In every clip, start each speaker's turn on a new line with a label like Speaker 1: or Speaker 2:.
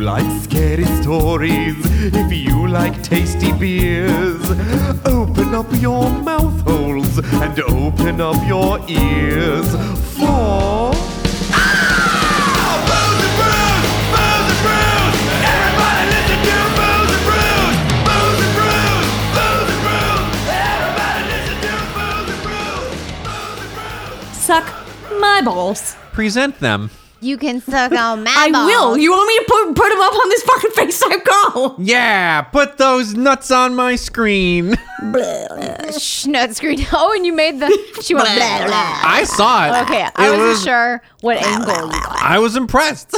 Speaker 1: like scary stories, if you like tasty beers, open up your mouth holes and open up your ears for.
Speaker 2: Suck my balls.
Speaker 3: Present them.
Speaker 4: You can suck on my
Speaker 2: I
Speaker 4: balls.
Speaker 2: will. You want me to put, put them up on this fucking FaceTime call?
Speaker 3: Yeah, put those nuts on my screen.
Speaker 4: Shh, no, it's green. Oh, and you made the. She went. blah, blah.
Speaker 3: I saw it.
Speaker 4: Okay, I
Speaker 3: It
Speaker 4: wasn't
Speaker 3: was-
Speaker 4: sure what angle you got.
Speaker 3: I was impressed.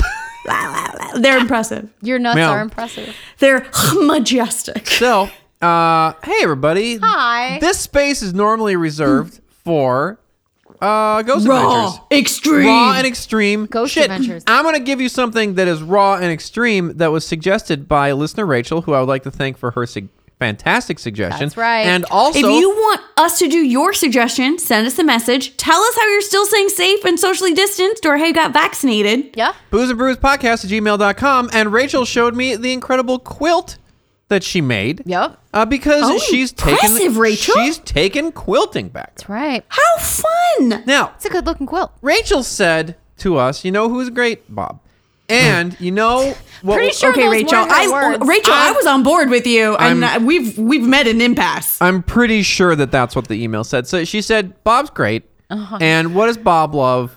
Speaker 2: They're impressive.
Speaker 4: Your nuts
Speaker 3: Yeah.
Speaker 4: are impressive.
Speaker 2: They're majestic.
Speaker 3: so, uh, hey everybody.
Speaker 4: Hi.
Speaker 3: This space is normally reserved for uh, ghost adventures.
Speaker 2: Raw, extreme.
Speaker 3: Raw and extreme
Speaker 4: Ghost
Speaker 3: shit.
Speaker 4: adventures.
Speaker 3: I'm gonna give you something that is raw and extreme that was suggested by listener Rachel, who I would like to thank for her sig- fantastic suggestion.
Speaker 4: That's right.
Speaker 3: And also,
Speaker 2: if you want us to do your suggestion, send us a message. Tell us how you're still staying safe and socially distanced or how you got vaccinated.
Speaker 4: Yeah.
Speaker 3: booze and brews podcast at gmail.com and rachel showed me the incredible quilt that she made
Speaker 4: Yep.
Speaker 3: uh, because
Speaker 2: Oh,
Speaker 3: she's taken
Speaker 2: impressive, Rachel.
Speaker 3: she's taken quilting back
Speaker 4: Right.
Speaker 2: How fun!
Speaker 3: now
Speaker 4: It's a good looking quilt.
Speaker 3: rachel said to us you know who's great bob and you know what
Speaker 4: Pretty sure-
Speaker 2: Okay,
Speaker 4: those
Speaker 2: Rachel.
Speaker 4: weren't her
Speaker 2: I,
Speaker 4: words.
Speaker 2: Rachel, I, was on board with you, and
Speaker 3: I'm-
Speaker 2: uh, we've we've met an impasse.
Speaker 3: i'm pretty sure that that's what the email said so she said bob's great and what does bob love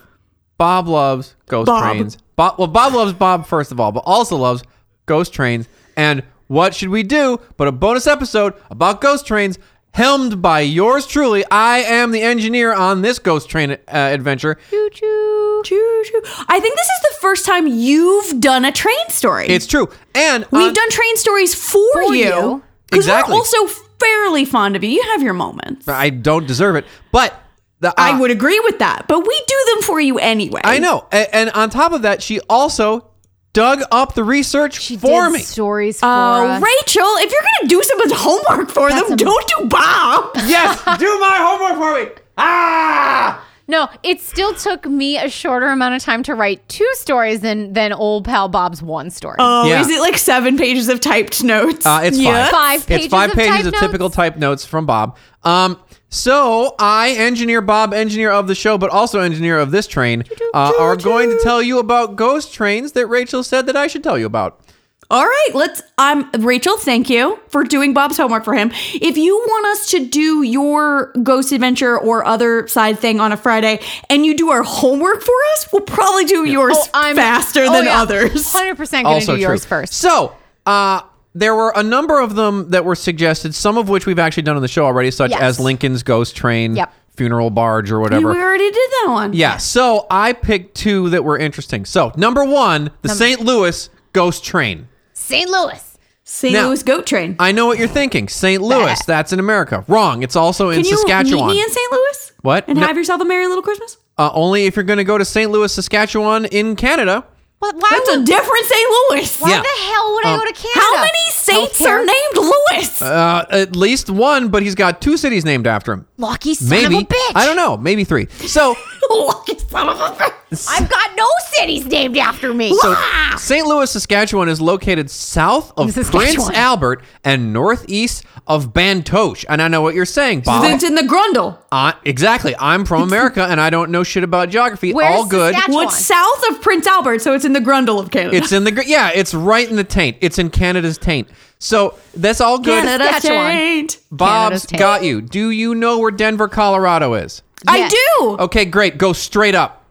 Speaker 3: bob loves ghost
Speaker 2: Bob.
Speaker 3: trains bob well bob loves bob first of all but also loves ghost trains and what should we do but a bonus episode about ghost trains helmed by yours truly i am the engineer on this ghost train uh, adventure
Speaker 4: Choo choo.
Speaker 2: Choo, choo. I think this is the first time you've done a train story.
Speaker 3: it's true and
Speaker 2: we've
Speaker 3: on-
Speaker 2: done train stories for,
Speaker 4: For
Speaker 2: you
Speaker 4: you.
Speaker 2: because
Speaker 3: Exactly.
Speaker 2: we're also fairly fond of you. You have your moments.
Speaker 3: i don't deserve it but the,
Speaker 2: I
Speaker 3: uh,
Speaker 2: would agree with that, but we do them for you anyway.
Speaker 3: I know. A- And, on top of that, she also dug up the research
Speaker 4: She
Speaker 3: for
Speaker 4: did
Speaker 3: me.
Speaker 4: stories for
Speaker 2: Uh,
Speaker 4: us.
Speaker 2: Rachel, if you're gonna do someone's homework for
Speaker 4: That's
Speaker 2: them,
Speaker 4: a-
Speaker 2: don't do Bob.
Speaker 3: yes, do my homework for me. Ah!
Speaker 4: No, it still took me a shorter amount of time to write two stories than than old pal Bob's one story.
Speaker 2: Oh,
Speaker 3: Yeah.
Speaker 2: is it like seven pages of typed notes?
Speaker 3: Uh, it's
Speaker 2: Yeah.
Speaker 3: five.
Speaker 4: Five
Speaker 3: it's
Speaker 4: pages
Speaker 3: five
Speaker 4: of
Speaker 3: pages
Speaker 4: type
Speaker 3: of
Speaker 4: notes?
Speaker 3: typical type notes from Bob. Um, so I, engineer Bob, engineer of the show, but also engineer of this train, uh, are going to tell you about ghost trains that Rachel said that I should tell you about.
Speaker 2: All right, let's. Um, Rachel, thank you for doing Bob's homework for him. If you want us to do your ghost adventure or other side thing on a Friday, and you do our homework for us, we'll probably do yours faster
Speaker 4: oh,
Speaker 2: than
Speaker 4: yeah.
Speaker 2: others.
Speaker 4: 100% going to do yours first.
Speaker 3: So, uh, there were a number of them that were suggested, some of which we've actually done on the show already, such
Speaker 4: Yes.
Speaker 3: as Lincoln's Ghost Train,
Speaker 4: Yep.
Speaker 3: Funeral Barge, or
Speaker 2: We
Speaker 3: whatever.
Speaker 2: already did that one.
Speaker 3: yeah, so I picked two that were interesting. So, number one, the St. Louis Ghost Train.
Speaker 4: St. Louis.
Speaker 2: St.
Speaker 3: Now-
Speaker 2: Louis Goat Train.
Speaker 3: I know what you're thinking. St. Louis, that's in America. Wrong. It's also in
Speaker 2: Can you
Speaker 3: Saskatchewan.
Speaker 2: meet me in St. Louis?
Speaker 3: What?
Speaker 2: And
Speaker 3: No.
Speaker 2: have yourself a merry little Christmas?
Speaker 3: uh, only if you're going to go to St. Louis, Saskatchewan in Canada.
Speaker 4: But why
Speaker 2: That's a
Speaker 4: would,
Speaker 2: different St. Louis.
Speaker 4: why
Speaker 3: Yeah.
Speaker 4: the hell would
Speaker 3: Um,
Speaker 4: I go to Canada?
Speaker 2: How many states
Speaker 4: Healthcare?
Speaker 2: are named Louis?
Speaker 3: Uh, at least one, but he's got two cities named after him.
Speaker 4: Lucky son
Speaker 3: Maybe.
Speaker 4: of a bitch.
Speaker 3: I don't know. Maybe three. So,
Speaker 2: Lucky son of a bitch.
Speaker 4: I've got no cities named after me.
Speaker 3: So
Speaker 2: Ah.
Speaker 3: St. Louis, Saskatchewan is located south of
Speaker 4: Saskatchewan.
Speaker 3: Prince Albert and northeast of Bantoche. And I know what you're saying, Bob.
Speaker 2: It's in the Grundle.
Speaker 3: Uh, exactly. I'm from America and I don't know shit about geography.
Speaker 4: Where's
Speaker 3: All good.
Speaker 4: Saskatchewan?
Speaker 2: Well, it's south of Prince Albert, so it's in the Grundle of Canada.
Speaker 3: It's in the gr- yeah. It's right in the taint. It's in Canada's taint. So that's all good.
Speaker 2: Canada
Speaker 4: Saskatchewan.
Speaker 2: taint.
Speaker 3: Bob's
Speaker 4: Canada's taint.
Speaker 3: got you. Do you know where Denver, Colorado is?
Speaker 2: I
Speaker 4: Yes.
Speaker 2: do.
Speaker 3: Okay, great. Go straight up.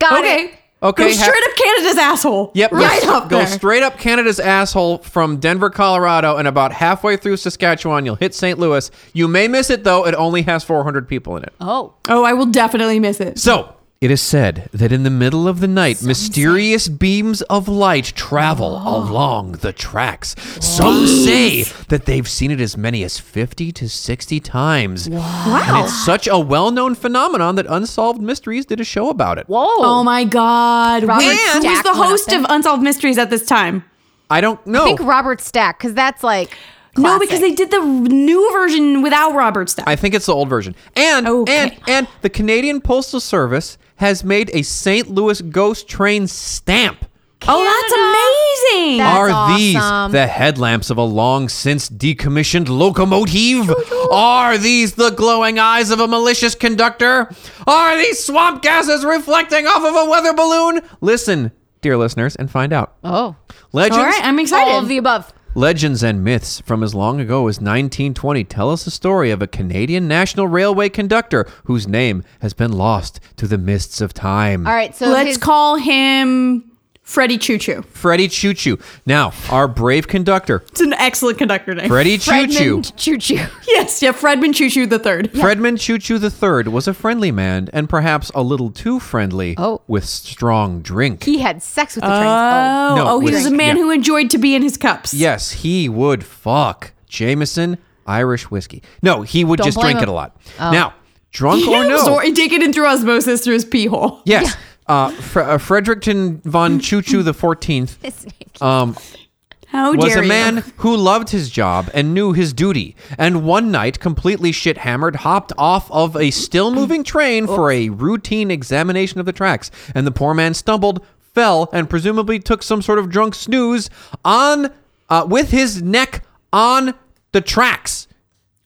Speaker 4: Got
Speaker 2: Okay.
Speaker 4: it.
Speaker 3: Okay,
Speaker 2: Go
Speaker 3: ha-
Speaker 2: straight up Canada's asshole.
Speaker 3: Yep.
Speaker 2: Right
Speaker 3: go,
Speaker 2: up
Speaker 3: go
Speaker 2: there.
Speaker 3: straight up Canada's asshole from Denver, Colorado, and about halfway through Saskatchewan, you'll hit St. Louis. You may miss it though; it only has 400 people in it.
Speaker 4: Oh.
Speaker 2: oh, I will definitely miss it.
Speaker 3: So it is said that in the middle of the night, mysterious beams of light travel along the tracks. Some say that they've seen it as many as 50 to 60 times. And
Speaker 2: Wow.
Speaker 3: it's such a well-known phenomenon that Unsolved Mysteries did a show about it.
Speaker 4: Whoa.
Speaker 2: Oh my God.
Speaker 4: Robert
Speaker 2: Wait,
Speaker 4: Stack
Speaker 2: who's the
Speaker 4: went up
Speaker 2: host
Speaker 4: there.
Speaker 2: of Unsolved Mysteries at this time?
Speaker 3: I don't know.
Speaker 4: I think Robert Stack, because that's like.
Speaker 2: No, because they
Speaker 4: classic.
Speaker 2: did the new version without Robert Stack.
Speaker 3: I think it's the old version. And
Speaker 2: Okay.
Speaker 3: and and the Canadian Postal Service has made a St. Louis ghost train stamp
Speaker 2: Oh, that's amazing.
Speaker 4: That-
Speaker 3: Are
Speaker 4: That's awesome.
Speaker 3: these the headlamps of a long since decommissioned locomotive? Are these the glowing eyes of a malicious conductor? Are these swamp gases reflecting off of a weather balloon? Listen, dear listeners, and find out.
Speaker 4: Oh,
Speaker 3: Legends,
Speaker 2: All right, I'm excited.
Speaker 4: all of the above.
Speaker 3: legends and myths from as long ago as 1920 tell us the story of a Canadian National Railway conductor whose name has been lost to the mists of time.
Speaker 4: All right, so
Speaker 2: Let's
Speaker 4: his-
Speaker 2: call him Freddie Choo Choo.
Speaker 3: Freddie Choo Choo. Now, our brave conductor,
Speaker 2: It's an excellent conductor name.
Speaker 3: Freddie Choo Choo.
Speaker 4: Fredman Choo Choo.
Speaker 2: yes, yeah, Fredman Choo Choo the third.
Speaker 3: Fredman Choo Choo III was a friendly man and perhaps a little too friendly
Speaker 4: Oh.
Speaker 3: with strong drink.
Speaker 4: He had sex with the trains.
Speaker 2: Oh,
Speaker 3: No,
Speaker 2: oh, he
Speaker 3: with-
Speaker 2: was a man
Speaker 3: yeah.
Speaker 2: who enjoyed to be in his cups.
Speaker 3: yes, he would fuck Jameson Irish whiskey. No, he would just
Speaker 4: blame
Speaker 3: drink
Speaker 4: him.
Speaker 3: it
Speaker 4: Oh.
Speaker 3: a lot. Now, drunk
Speaker 2: He
Speaker 3: or no.
Speaker 2: absor- he take it in through osmosis through his pee hole.
Speaker 3: yes. Uh, Fre- uh, Fredericton von Choo Choo XIV
Speaker 4: His name.
Speaker 3: um,
Speaker 2: How
Speaker 3: was
Speaker 2: dare
Speaker 3: a man
Speaker 2: you?
Speaker 3: who loved his job and knew his duty. And one night, completely shit hammered, hopped off of a still moving train for a routine examination of the tracks. And the poor man stumbled, fell, and presumably took some sort of drunk snooze on uh, with his neck on the tracks.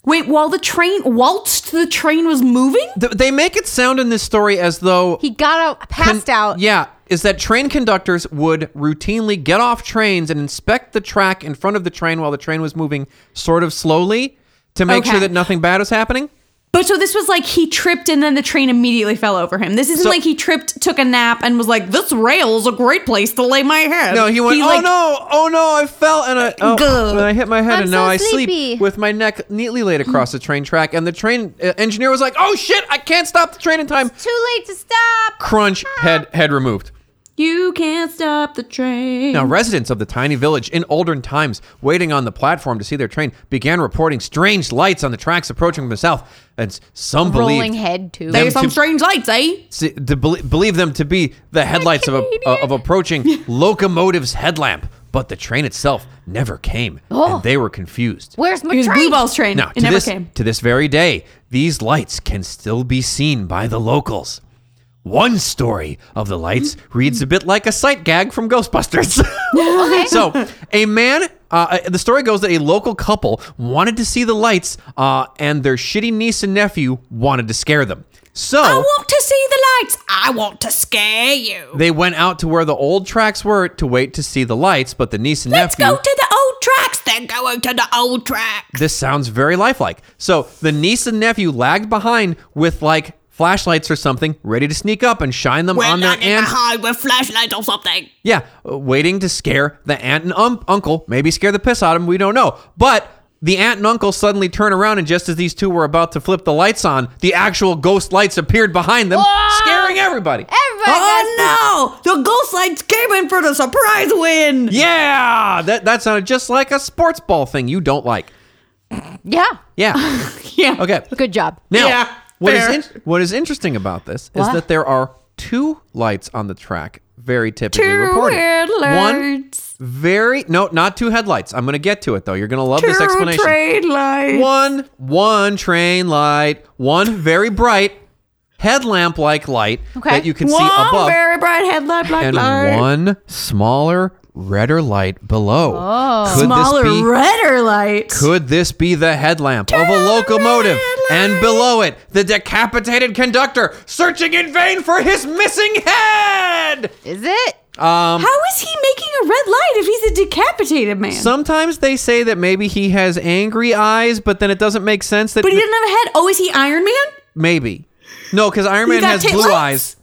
Speaker 2: Wait, while the train whilst the train was moving,
Speaker 3: Th- they make it sound in this story as though
Speaker 4: He got out, passed
Speaker 3: con-
Speaker 4: out.
Speaker 3: Yeah, is that train conductors would routinely get off trains and inspect the track in front of the train while the train was moving sort of slowly to make sure
Speaker 2: Okay.
Speaker 3: that nothing bad was happening.
Speaker 2: but so this was like he tripped and then the train immediately fell over him. This isn't
Speaker 3: So-
Speaker 2: like he tripped, took a nap, and was like, "This rail's a great place to lay my head."
Speaker 3: No, he went, "Oh
Speaker 2: like,
Speaker 3: no, oh no, I fell and I oh,
Speaker 2: Gah.
Speaker 3: and I hit my head
Speaker 4: I'm
Speaker 3: and now
Speaker 4: so
Speaker 3: I
Speaker 4: sleepy."
Speaker 3: sleep with my neck neatly laid across the train track." And the train uh, engineer was like, "Oh shit, I can't stop the train in time."
Speaker 4: Too late to stop. Ah.
Speaker 3: Crunch, head head removed.
Speaker 2: You can't stop the train.
Speaker 4: Mm.
Speaker 3: Now, residents of the tiny village in olden times, waiting on the platform to see their train, began reporting strange lights on the tracks approaching from the south, and s- some
Speaker 4: Rolling
Speaker 3: believed
Speaker 4: head too.
Speaker 3: They-
Speaker 2: There's some
Speaker 3: to-
Speaker 2: strange lights, eh?
Speaker 3: see, to belie- believe them to be the headlights of a uh, of approaching locomotive's headlamp, but the train itself never came,
Speaker 4: Oh.
Speaker 3: and they were confused.
Speaker 4: Where's my
Speaker 2: It was
Speaker 4: train?
Speaker 2: Blue Ball's train.
Speaker 3: Now, to
Speaker 2: it never
Speaker 3: this,
Speaker 2: came.
Speaker 3: to this very day, these lights can still be seen by the locals. One story of the lights reads a bit like a sight gag from Ghostbusters. so, a man, uh, the story goes that a local couple wanted to see the lights, uh, and their shitty niece and nephew wanted to scare them. So,
Speaker 2: I want to see the lights. I want to scare you.
Speaker 3: they went out to where the old tracks were to wait to see the lights, but the niece and
Speaker 2: Let's
Speaker 3: nephew.
Speaker 2: go to the old tracks. They're going to the old tracks.
Speaker 3: this sounds very lifelike. So the niece and nephew lagged behind with like flashlights or something, ready to sneak up and shine them on their aunt.
Speaker 2: behind with flashlights or something.
Speaker 3: Yeah, uh, waiting to scare the aunt and um- uncle, maybe scare the piss out of them. We don't know, but. The aunt and uncle suddenly turn around, and just as these two were about to flip the lights on, the actual ghost lights appeared behind them,
Speaker 4: Whoa!
Speaker 3: scaring everybody.
Speaker 4: Everybody has-
Speaker 2: Oh no! The ghost lights came in for the surprise win.
Speaker 3: Yeah, that, that sounded just like a sports ball thing you don't like.
Speaker 4: Yeah.
Speaker 3: Yeah.
Speaker 2: Yeah.
Speaker 3: Okay.
Speaker 4: Good job.
Speaker 3: Now,
Speaker 2: Yeah,
Speaker 3: what is
Speaker 2: fair.
Speaker 3: in, what is interesting about this is
Speaker 4: What?
Speaker 3: that there are two lights on the track, very typically
Speaker 2: Two
Speaker 3: reported.
Speaker 2: red
Speaker 3: One
Speaker 2: lights.
Speaker 3: very no, not two headlights. I'm going to get to it though. You're going to love this
Speaker 2: Two
Speaker 3: explanation.
Speaker 2: train lights.
Speaker 3: One one train light, one very bright headlamp like light
Speaker 4: Okay.
Speaker 3: that you can see
Speaker 2: One
Speaker 3: above,
Speaker 2: very bright headlight black
Speaker 3: and
Speaker 2: light.
Speaker 3: one smaller redder light below. Oh. Could
Speaker 2: Smaller
Speaker 3: this be
Speaker 2: redder lights.
Speaker 3: could this be the headlamp of a locomotive? And below it, the decapitated conductor searching in vain for his missing head!
Speaker 4: Is it?
Speaker 2: How is he making a red light if he's a decapitated man?
Speaker 3: Sometimes they say that maybe he has angry eyes, but then it doesn't make sense that
Speaker 2: but he didn't have a head. Oh, is he Iron Man?
Speaker 3: maybe. No, because Iron
Speaker 2: He
Speaker 3: Man
Speaker 2: got
Speaker 3: has
Speaker 2: tit
Speaker 3: blue
Speaker 2: lights?
Speaker 3: eyes.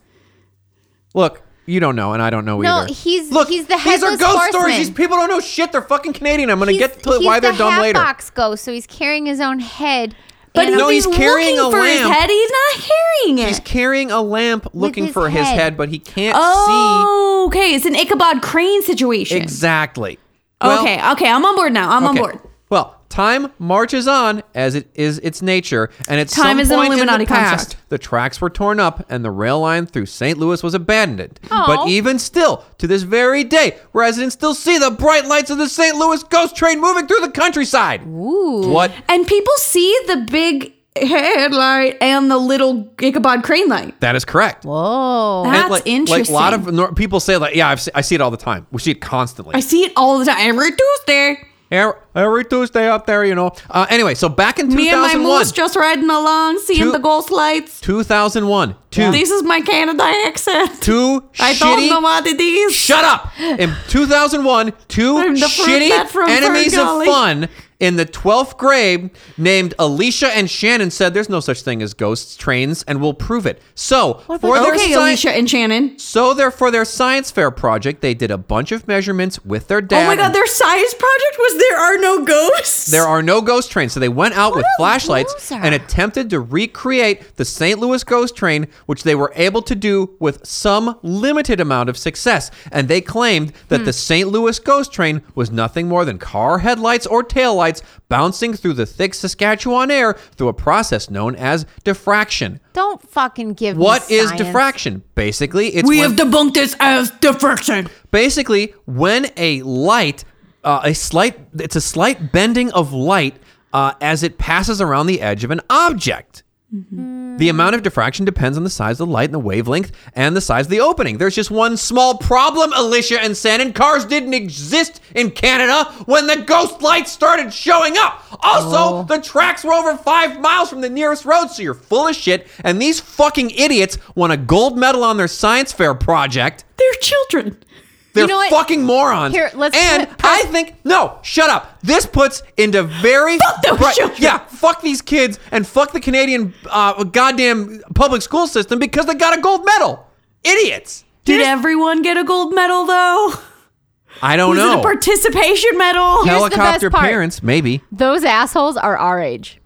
Speaker 3: Look, you don't know, and I don't know
Speaker 4: No,
Speaker 3: either.
Speaker 4: he's-
Speaker 3: Look,
Speaker 4: he's the
Speaker 3: These are
Speaker 4: headless
Speaker 3: ghost stories.
Speaker 4: horseman.
Speaker 3: These people don't know shit. They're fucking Canadian. I'm gonna
Speaker 4: He's-
Speaker 3: get to
Speaker 4: he's
Speaker 3: way they're
Speaker 4: the
Speaker 3: dumb
Speaker 4: half
Speaker 3: later.
Speaker 4: box ghost, so he's carrying his own head.
Speaker 2: But
Speaker 4: and
Speaker 2: if
Speaker 3: No,
Speaker 2: he's,
Speaker 3: he's carrying a
Speaker 2: looking for his
Speaker 3: lamp.
Speaker 2: head. He's not carrying it.
Speaker 3: He's carrying a lamp looking
Speaker 4: his
Speaker 3: for his
Speaker 4: head.
Speaker 3: head, but he can't see.
Speaker 2: oh, okay. It's an Ichabod Crane situation.
Speaker 3: Exactly. Well,
Speaker 2: Okay, okay. I'm on board now. I'm on
Speaker 3: okay.
Speaker 2: board.
Speaker 3: Well, time marches on as it is its nature, and at
Speaker 2: Time
Speaker 3: some
Speaker 2: is an
Speaker 3: point in the
Speaker 2: Illuminati
Speaker 3: past,
Speaker 2: construct.
Speaker 3: the tracks were torn up and the rail line through St. Louis was abandoned. But
Speaker 4: Aw.
Speaker 3: even still, to this very day, residents still see the bright lights of the St. Louis ghost train moving through the countryside. Ooh. What?
Speaker 2: And people see the big headlight and the little Ichabod Crane light.
Speaker 3: That is correct.
Speaker 4: Whoa.
Speaker 2: That's
Speaker 3: like,
Speaker 2: interesting.
Speaker 3: Like a lot of nor- people say, like, yeah, I've se- I see it all the time. We see it constantly.
Speaker 2: I see it all the time every Tuesday.
Speaker 3: every, every Tuesday up there, you know. Uh, anyway, so back in
Speaker 2: Me and my
Speaker 3: 2001,
Speaker 2: moose just riding along, seeing
Speaker 3: Two-
Speaker 2: the ghost lights.
Speaker 3: 2001, two,
Speaker 2: This is my Canada accent.
Speaker 3: two
Speaker 2: I
Speaker 3: shitty.
Speaker 2: don't know what it is.
Speaker 3: Shut up! In 2001, 2
Speaker 2: I'm the fruit
Speaker 3: shitty
Speaker 2: bat from
Speaker 3: enemies of
Speaker 2: Ferngully.
Speaker 3: fun in the 12th grade named Alicia and Shannon said there's no such thing as ghosts, trains, and we'll prove it. So, for their
Speaker 2: okay,
Speaker 3: sci-
Speaker 2: Alicia and Shannon.
Speaker 3: so there for their science fair project, they did a bunch of measurements with their dad.
Speaker 2: Oh my god,
Speaker 3: and
Speaker 2: their science project was there are no ghosts.
Speaker 3: there are no ghost trains, so they went out with
Speaker 4: a
Speaker 3: flashlights
Speaker 4: loser.
Speaker 3: and attempted to recreate the St. Louis ghost train, which they were able to do with some limited amount of success. And they claimed that the
Speaker 4: Hmm.
Speaker 3: St. Louis ghost train was nothing more than car headlights or taillights bouncing through the thick Saskatchewan air through a process known as diffraction.
Speaker 4: Don't fucking give
Speaker 3: What
Speaker 4: me
Speaker 3: is
Speaker 4: science.
Speaker 3: diffraction? Basically, it's
Speaker 2: we
Speaker 3: when-
Speaker 2: have debunked this as diffraction.
Speaker 3: basically when a light uh, a slight it's a slight bending of light uh, as it passes around the edge of an object the amount of diffraction depends on the size of the light and the wavelength and the size of the opening. There's just one small problem, Alicia and Shannon. Cars didn't exist in Canada when the ghost lights started showing up. Also, the tracks were over five miles from the nearest road, so you're full of shit. And these fucking idiots won a gold medal on their science fair project.
Speaker 2: They're children.
Speaker 3: They're
Speaker 4: You know what?
Speaker 3: fucking morons.
Speaker 4: Here, let's
Speaker 3: and
Speaker 4: put- press-
Speaker 3: I think no, shut up. This puts into very
Speaker 2: Fuck those children.
Speaker 3: Yeah, fuck these kids and fuck the Canadian uh, goddamn public school system because they got a gold medal. Idiots.
Speaker 2: Did everyone get a gold medal though?
Speaker 3: I don't
Speaker 2: was it
Speaker 3: know.
Speaker 2: a participation medal?
Speaker 4: Here's the best
Speaker 3: Helicopter
Speaker 4: part.
Speaker 3: parents, maybe.
Speaker 4: Those assholes are our age.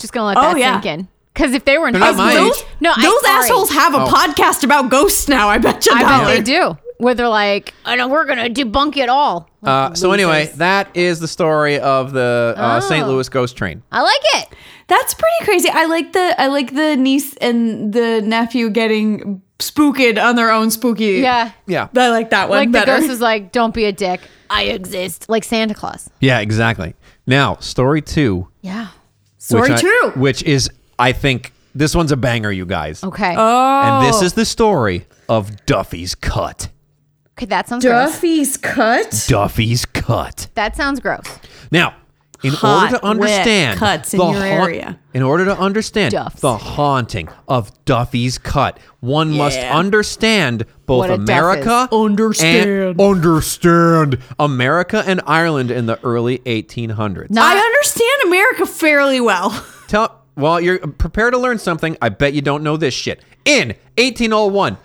Speaker 4: Just gonna let
Speaker 2: Oh,
Speaker 4: that
Speaker 2: yeah.
Speaker 4: sink in. Because if they were in
Speaker 3: They're
Speaker 4: high
Speaker 3: not
Speaker 4: school,
Speaker 3: my
Speaker 2: those
Speaker 3: age.
Speaker 4: no, I'm
Speaker 2: those
Speaker 4: sorry.
Speaker 2: assholes have a
Speaker 3: Oh.
Speaker 2: podcast about ghosts now. I bet you.
Speaker 4: I
Speaker 2: that.
Speaker 4: bet they do. Where they're like, I know we're gonna debunk it all.
Speaker 3: Uh, so anyway,
Speaker 4: Losers. Oh.
Speaker 3: that is the story of the uh, St. Louis ghost train.
Speaker 4: I like it.
Speaker 2: That's pretty crazy. I like the I like the niece and the nephew getting spooked on their own spooky.
Speaker 4: Yeah.
Speaker 3: Yeah.
Speaker 2: I like that one
Speaker 4: Like
Speaker 2: better.
Speaker 4: the ghost is like, don't be a dick. I exist. Like Santa Claus.
Speaker 3: Yeah, exactly. Now, story 2.
Speaker 4: Yeah.
Speaker 2: Story
Speaker 3: which I-
Speaker 2: two.
Speaker 3: Which is I think this one's a banger you guys.
Speaker 4: Okay.
Speaker 3: And
Speaker 2: Oh.
Speaker 3: this is the story of Duffy's cut.
Speaker 4: okay, that sounds gross.
Speaker 2: Duffy's cut.
Speaker 3: Duffy's cut.
Speaker 4: That sounds gross.
Speaker 3: Now, in
Speaker 2: Hot,
Speaker 3: order to
Speaker 2: wet
Speaker 3: understand
Speaker 2: cuts in your area.
Speaker 3: in order to understand
Speaker 4: Duff's.
Speaker 3: the haunting of Duffy's cut, one must
Speaker 2: Yeah.
Speaker 3: understand both
Speaker 4: What a duff
Speaker 3: America
Speaker 2: is. Understand.
Speaker 3: and understand America and Ireland in the early 1800s.
Speaker 4: Not
Speaker 2: I understand America fairly well.
Speaker 3: Tell well, you're prepared to learn something. I bet you don't know this shit. In 1801,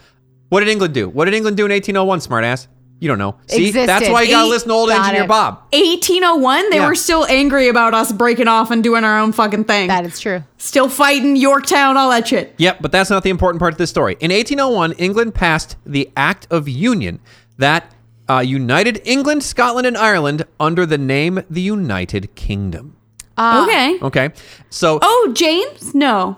Speaker 3: what did England do? What did England do in 1801, smartass? You don't know. See, that's
Speaker 4: Existed.
Speaker 3: why you gotta
Speaker 4: Eight-
Speaker 3: listen to old
Speaker 4: Got
Speaker 3: engineer
Speaker 4: it.
Speaker 3: Bob.
Speaker 2: 1801, they
Speaker 3: Yeah.
Speaker 2: were still angry about us breaking off and doing our own fucking thing.
Speaker 4: that is true.
Speaker 2: still fighting Yorktown, all that shit.
Speaker 3: Yep, but that's not the important part of this story. In 1801, England passed the Act of Union that uh, united England, Scotland, and Ireland under the name the United Kingdom.
Speaker 4: Ah.
Speaker 2: okay.
Speaker 3: Okay, so
Speaker 2: Oh, James? No.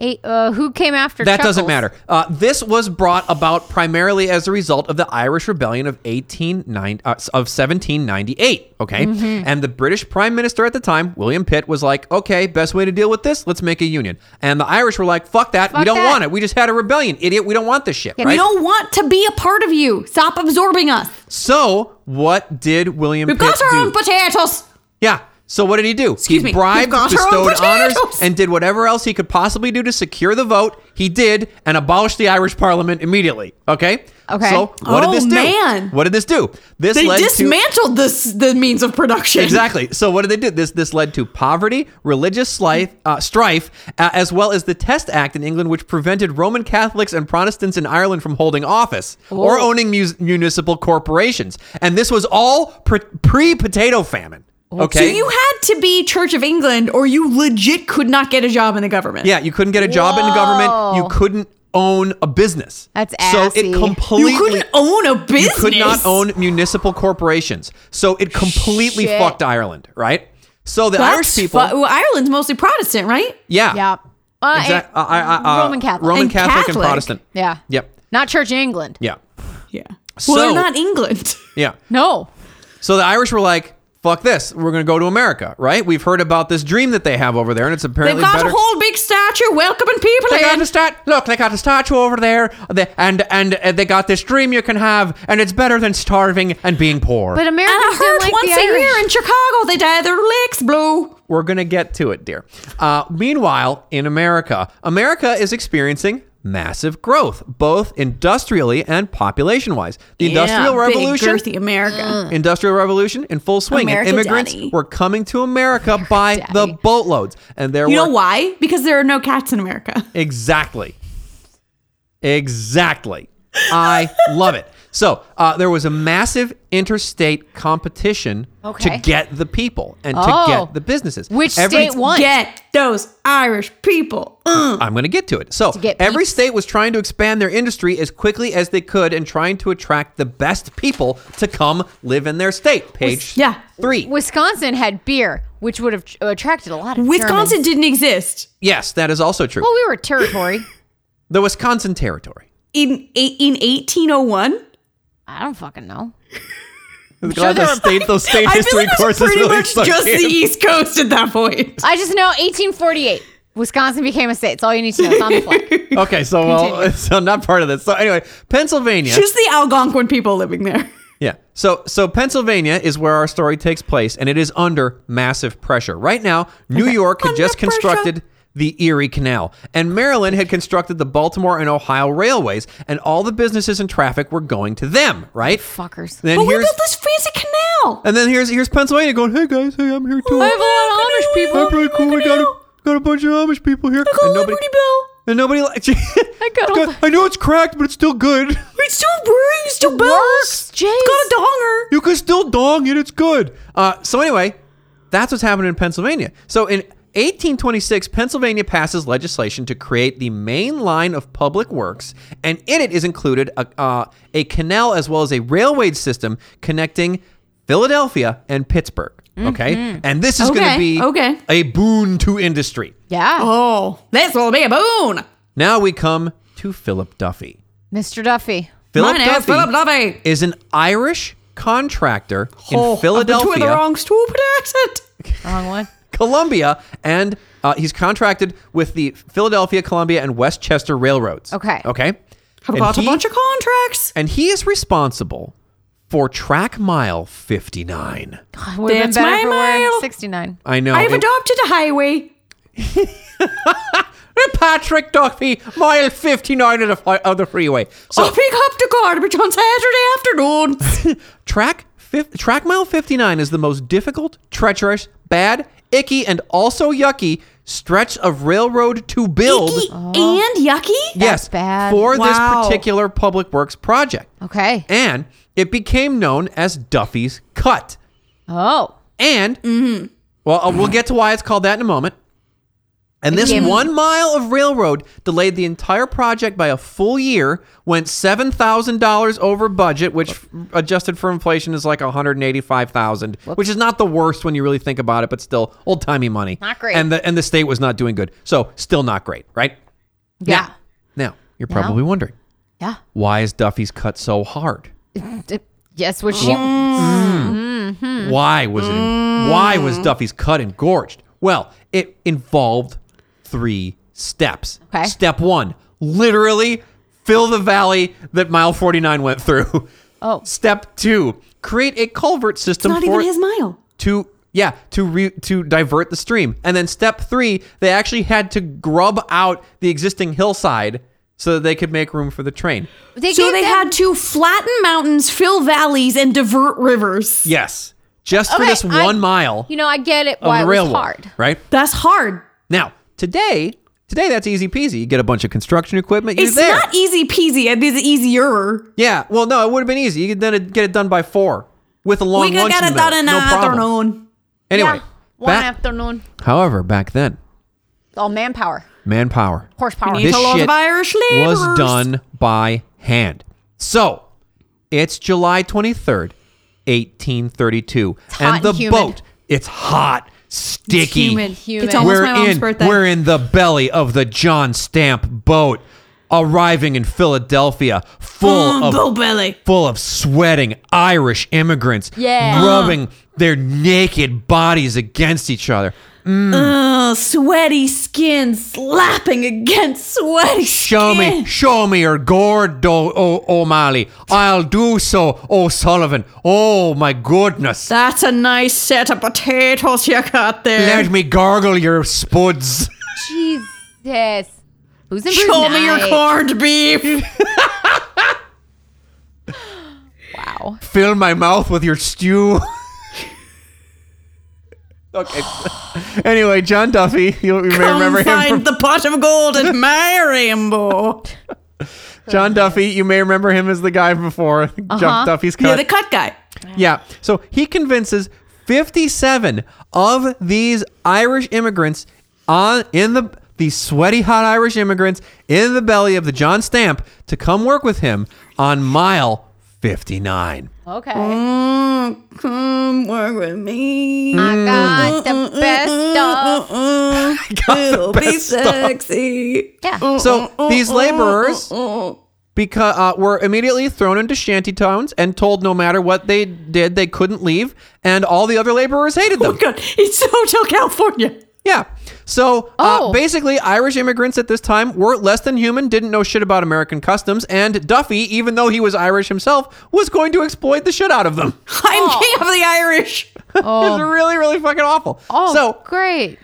Speaker 4: Eight, uh, who came after
Speaker 3: that doesn't
Speaker 4: Chuckles?
Speaker 3: matter. Uh, this was brought about primarily as a result of the Irish Rebellion of 18, nine, uh, of 1798. Okay,
Speaker 2: Mm-hmm.
Speaker 3: and the British Prime Minister at the time, William Pitt, was like, "Okay, best way to deal with this, let's make a union." And the Irish were like, "Fuck that, we
Speaker 4: Fuck
Speaker 3: don't
Speaker 4: that.
Speaker 3: want it. We just had a rebellion, idiot. We don't want this shit."
Speaker 4: Yeah,
Speaker 3: right?
Speaker 2: We don't want to be a part of you. Stop absorbing us.
Speaker 3: So what did William
Speaker 2: We've
Speaker 3: Pitt
Speaker 2: got our
Speaker 3: do?
Speaker 2: own potatoes.
Speaker 3: yeah. So what did he do? he
Speaker 2: me.
Speaker 3: bribed,
Speaker 2: We've got our own
Speaker 3: bestowed honors,
Speaker 2: potatoes.
Speaker 3: and did whatever else he could possibly do to secure the vote. He did, and abolished the Irish Parliament immediately. Okay.
Speaker 4: Okay.
Speaker 3: So what
Speaker 2: Oh,
Speaker 3: did this do?
Speaker 2: man.
Speaker 3: What did this do? This
Speaker 2: They
Speaker 3: led to
Speaker 2: dismantled this the means of production.
Speaker 3: Exactly. So what did they do? This this led to poverty, religious slife, uh, strife, uh, as well as the Test Act in England, which prevented Roman Catholics and Protestants in Ireland from holding office or owning mus- municipal corporations. And this was all pre potato famine. Okay.
Speaker 2: So you had to be Church of England or you legit could not get a job in the government.
Speaker 3: yeah, you couldn't get a job in the government. You
Speaker 4: Whoa.
Speaker 3: couldn't own a business.
Speaker 4: That's
Speaker 3: so
Speaker 4: assy.
Speaker 3: it
Speaker 4: You
Speaker 3: completely
Speaker 2: You couldn't own a business.
Speaker 3: you could not own municipal corporations. So it completely
Speaker 4: Shit.
Speaker 3: fucked Ireland, right? So the
Speaker 2: That's
Speaker 3: Irish people,
Speaker 2: fu- well, Ireland's mostly Protestant, right?
Speaker 3: yeah,
Speaker 4: Yeah. Uh,
Speaker 3: Exact-
Speaker 4: and-
Speaker 3: uh, uh, uh,
Speaker 4: Roman Catholic.
Speaker 3: Roman
Speaker 2: And
Speaker 3: Catholic, and
Speaker 2: Catholic.
Speaker 3: Protestant.
Speaker 4: yeah.
Speaker 3: Yep.
Speaker 4: Not Church of England.
Speaker 3: Yeah.
Speaker 2: Yeah.
Speaker 3: So-
Speaker 2: well, they're not England.
Speaker 3: Yeah.
Speaker 4: No.
Speaker 3: So the Irish were like, fuck this. We're going to go to America, right? We've heard about this dream that they have over there, and it's
Speaker 2: They've
Speaker 3: apparently
Speaker 2: got
Speaker 3: better.
Speaker 2: a whole big statue welcoming people
Speaker 3: they got
Speaker 2: in.
Speaker 3: a stat. Look, they got a statue over there, they, and and uh, they got this dream you can have, and it's better than starving and being poor.
Speaker 4: But
Speaker 2: And
Speaker 4: Americans
Speaker 2: I
Speaker 4: don't
Speaker 2: heard
Speaker 4: like
Speaker 2: once
Speaker 4: the
Speaker 2: a year
Speaker 4: Irish.
Speaker 2: in Chicago they dye their legs blue.
Speaker 3: We're going to get to it, dear. Uh, meanwhile, in America, America is experiencing massive growth, both industrially and population wise. The Industrial
Speaker 2: Yeah, big,
Speaker 3: Revolution.
Speaker 2: girthy America.
Speaker 3: Industrial Revolution in full swing,
Speaker 2: America,
Speaker 3: and immigrants
Speaker 2: Daddy.
Speaker 3: were coming to America by the
Speaker 4: Daddy.
Speaker 3: boatloads, and there
Speaker 2: You
Speaker 3: were
Speaker 2: know why? Because there are no cats in America.
Speaker 3: Exactly. Exactly. I love it. So uh, there was a massive interstate competition
Speaker 4: Okay.
Speaker 3: to get the people and
Speaker 4: Oh.
Speaker 3: to get the businesses.
Speaker 4: Which
Speaker 3: Every-
Speaker 4: state won?
Speaker 2: Get those Irish people. Ugh.
Speaker 3: I'm going to get to it. So
Speaker 4: get
Speaker 3: every
Speaker 4: peeps.
Speaker 3: state was trying to expand their industry as quickly as they could and trying to attract the best people to come live in their state. Page
Speaker 2: yeah.
Speaker 3: three.
Speaker 4: Wisconsin had beer, which would have uh, attracted a lot of
Speaker 2: Wisconsin
Speaker 4: Germans.
Speaker 2: didn't exist
Speaker 3: yes, that is also true.
Speaker 4: Well, we were a territory.
Speaker 3: the Wisconsin Territory.
Speaker 2: in eight- in 1801.
Speaker 4: I don't fucking know.
Speaker 3: Glad
Speaker 4: there
Speaker 3: those
Speaker 4: were-
Speaker 3: state, those state
Speaker 2: I feel
Speaker 3: history
Speaker 2: like it was
Speaker 3: courses
Speaker 2: pretty
Speaker 3: really
Speaker 2: much
Speaker 3: suck
Speaker 2: just
Speaker 3: in.
Speaker 2: the East Coast at that point.
Speaker 4: I just know 1848, Wisconsin became a state. It's all you need to know. It's on the flag.
Speaker 3: Okay, so well, so not part of this. So anyway, Pennsylvania.
Speaker 2: Just the Algonquin people living there.
Speaker 3: yeah. So so Pennsylvania is where our story takes place, and it is under massive pressure right now. New York had
Speaker 2: Under
Speaker 3: just
Speaker 2: pressure.
Speaker 3: constructed the Erie Canal, and Maryland had constructed the Baltimore and Ohio railways, and all the businesses and traffic were going to them. Right.
Speaker 4: Fuckers.
Speaker 3: Then
Speaker 2: But we
Speaker 3: here's
Speaker 2: built this fancy canal.
Speaker 3: and then here's here's Pennsylvania going, hey guys, hey, I'm here too.
Speaker 2: I have a lot of Amish
Speaker 3: That's really
Speaker 2: people.
Speaker 3: cool. We got a,
Speaker 2: Look
Speaker 3: got a bunch of Amish people here,
Speaker 2: Look at
Speaker 3: and nobody
Speaker 2: Liberty Bell.
Speaker 3: and nobody. li- I
Speaker 4: got-
Speaker 3: I know it's cracked, but it's still good.
Speaker 2: It's still working. Still bells.
Speaker 4: works,
Speaker 2: It's got a donger.
Speaker 3: You can still dong it. It's good. Uh, so anyway, that's what's happening in Pennsylvania. So in 1826, Pennsylvania passes legislation to create the main line of public works, and in it is included a, uh, a canal as well as a railway system connecting Philadelphia and Pittsburgh. Okay, and this is going
Speaker 2: Mm-hmm. Okay,
Speaker 3: to be
Speaker 2: okay.
Speaker 3: a boon to industry.
Speaker 4: Yeah.
Speaker 2: Oh, this will be a boon.
Speaker 3: Now we come to Philip Duffy.
Speaker 4: Mr. Duffy.
Speaker 3: Philip
Speaker 2: My name is Philip Duffy.
Speaker 3: is an Irish contractor
Speaker 2: Oh,
Speaker 3: in
Speaker 2: With the
Speaker 3: Philadelphia.
Speaker 2: wrong stupid accent.
Speaker 4: Wrong one.
Speaker 3: Columbia, and uh, he's contracted with the Philadelphia, Columbia, and Westchester railroads.
Speaker 4: Okay.
Speaker 3: Okay.
Speaker 2: I've
Speaker 3: And
Speaker 2: got
Speaker 3: he-
Speaker 2: a bunch of contracts.
Speaker 3: And he is responsible for track mile 59.
Speaker 4: God, would've been
Speaker 2: That's
Speaker 4: better
Speaker 2: my
Speaker 4: if it were
Speaker 2: mile.
Speaker 4: 69.
Speaker 3: I know.
Speaker 2: I have
Speaker 3: it-
Speaker 2: adopted a highway.
Speaker 3: Patrick Duffy, mile 59 of the, fi- of the freeway. So
Speaker 2: I'll pick up the garbage on Saturday afternoon.
Speaker 3: track fif- track mile 59 is the most difficult, treacherous, bad, icky, and also yucky stretch of railroad to build.
Speaker 2: Icky and yucky.
Speaker 3: Yes,
Speaker 4: bad.
Speaker 3: for
Speaker 2: Wow.
Speaker 3: this particular public works project.
Speaker 4: Okay.
Speaker 3: and it became known as Duffy's Cut.
Speaker 4: Oh.
Speaker 3: And well, uh, we'll get to why it's called that in a moment. And this
Speaker 4: Again.
Speaker 3: one mile of railroad delayed the entire project by a full year, went seven thousand dollars over budget, which f- adjusted for inflation is like one hundred eighty-five thousand, which is not the worst when you really think about it, but still old-timey money.
Speaker 4: Not great.
Speaker 3: And the and the state was not doing good, so still not great, right?
Speaker 4: Yeah.
Speaker 3: Now you're probably wondering
Speaker 4: Yeah.
Speaker 3: why is Duffy's cut so hard?
Speaker 4: D- Yes, which she.
Speaker 3: Mm. Why was it? Why was
Speaker 4: Mm.
Speaker 3: Duffy's cut engorged? Well, it involved three steps.
Speaker 4: Okay.
Speaker 3: Step one, literally fill the valley that mile 49 went through.
Speaker 4: Oh.
Speaker 3: Step two, create a culvert system
Speaker 2: Not
Speaker 3: for
Speaker 2: even his mile.
Speaker 3: to yeah to re, to divert the stream. And then step three, they actually had to grub out the existing hillside so that they could make room for the train.
Speaker 2: So
Speaker 4: gave
Speaker 2: they
Speaker 4: them-
Speaker 2: had to flatten mountains, fill valleys, and divert rivers.
Speaker 3: Yes, just for
Speaker 4: Okay,
Speaker 3: this
Speaker 4: I-
Speaker 3: one mile
Speaker 4: You know, I get it.
Speaker 3: of
Speaker 4: Why
Speaker 3: the
Speaker 4: it
Speaker 3: railroad,
Speaker 4: was hard.
Speaker 3: right?
Speaker 2: That's hard.
Speaker 3: Now, today, today that's easy peasy. You get a bunch of construction equipment, you're
Speaker 2: it's
Speaker 3: there.
Speaker 2: not e- easy peasy. It is easier.
Speaker 3: yeah, well, no, it would have been easy. You could then get it done by four with a long
Speaker 2: We could
Speaker 3: lunch
Speaker 2: get
Speaker 3: in
Speaker 2: it
Speaker 3: the middle.
Speaker 2: done in
Speaker 3: no
Speaker 2: an
Speaker 3: problem.
Speaker 2: afternoon.
Speaker 3: Anyway,
Speaker 4: Yeah. One
Speaker 3: back-
Speaker 4: afternoon.
Speaker 3: however, back then,
Speaker 4: All manpower,
Speaker 3: manpower
Speaker 4: horsepower.
Speaker 2: Need
Speaker 3: This
Speaker 2: a lot
Speaker 3: shit
Speaker 2: of Irish laborers.
Speaker 3: was done by hand. So, it's July 23rd, 1832,
Speaker 4: hot
Speaker 3: and the
Speaker 4: and humid.
Speaker 3: boat, it's hot, sticky.
Speaker 2: Humid.
Speaker 4: Human.
Speaker 2: It's almost
Speaker 3: we're
Speaker 2: my mom's
Speaker 3: in,
Speaker 2: birthday.
Speaker 3: We're in the belly of the John Stamp boat. arriving in Philadelphia full
Speaker 2: Mm,
Speaker 3: of
Speaker 2: Bo Belly.
Speaker 3: full of sweating Irish immigrants
Speaker 4: Yeah.
Speaker 3: rubbing their naked bodies against each other.
Speaker 2: Ugh, sweaty skin slapping against sweaty
Speaker 3: Show
Speaker 2: skin.
Speaker 3: me, show me your gourd, O- O- O'Malley. I'll do so, O'Sullivan. Oh my goodness.
Speaker 2: That's a nice set of potatoes you got there.
Speaker 3: Let me gargle your spuds.
Speaker 4: Jesus. Who's in
Speaker 2: Show me your corned beef.
Speaker 4: Wow.
Speaker 3: Fill my mouth with your stew. okay. anyway, John Duffy, you, you may
Speaker 2: Come
Speaker 3: remember him
Speaker 2: find
Speaker 3: from
Speaker 2: the pot of gold and marry him, boy.
Speaker 3: John Duffy. You may remember him as the guy from before John Duffy's cut.
Speaker 2: Uh-huh. Yeah, the cut guy.
Speaker 3: Yeah. So he convinces 57 of these Irish immigrants on in the these sweaty hot Irish immigrants in the belly of the John Stamp to come work with him on mile 59.
Speaker 4: Okay.
Speaker 2: Mm, come work with me. Mm,
Speaker 4: I got the best stuff.
Speaker 2: It'll mm. be
Speaker 3: best stuff.
Speaker 2: sexy.
Speaker 4: Yeah.
Speaker 3: So
Speaker 2: mm,
Speaker 3: these laborers because uh, were immediately thrown into shanty towns and told no matter what they did they couldn't leave and all the other laborers hated
Speaker 2: Oh
Speaker 3: them.
Speaker 2: god, it's Hotel California.
Speaker 3: Yeah. So uh,
Speaker 4: Oh.
Speaker 3: basically, Irish immigrants at this time were less than human, didn't know shit about American customs, and Duffy, even though he was Irish himself, was going to exploit the shit out of them.
Speaker 2: I'm king of the Irish.
Speaker 3: It was really, really fucking awful.
Speaker 4: Oh,
Speaker 3: so
Speaker 4: great.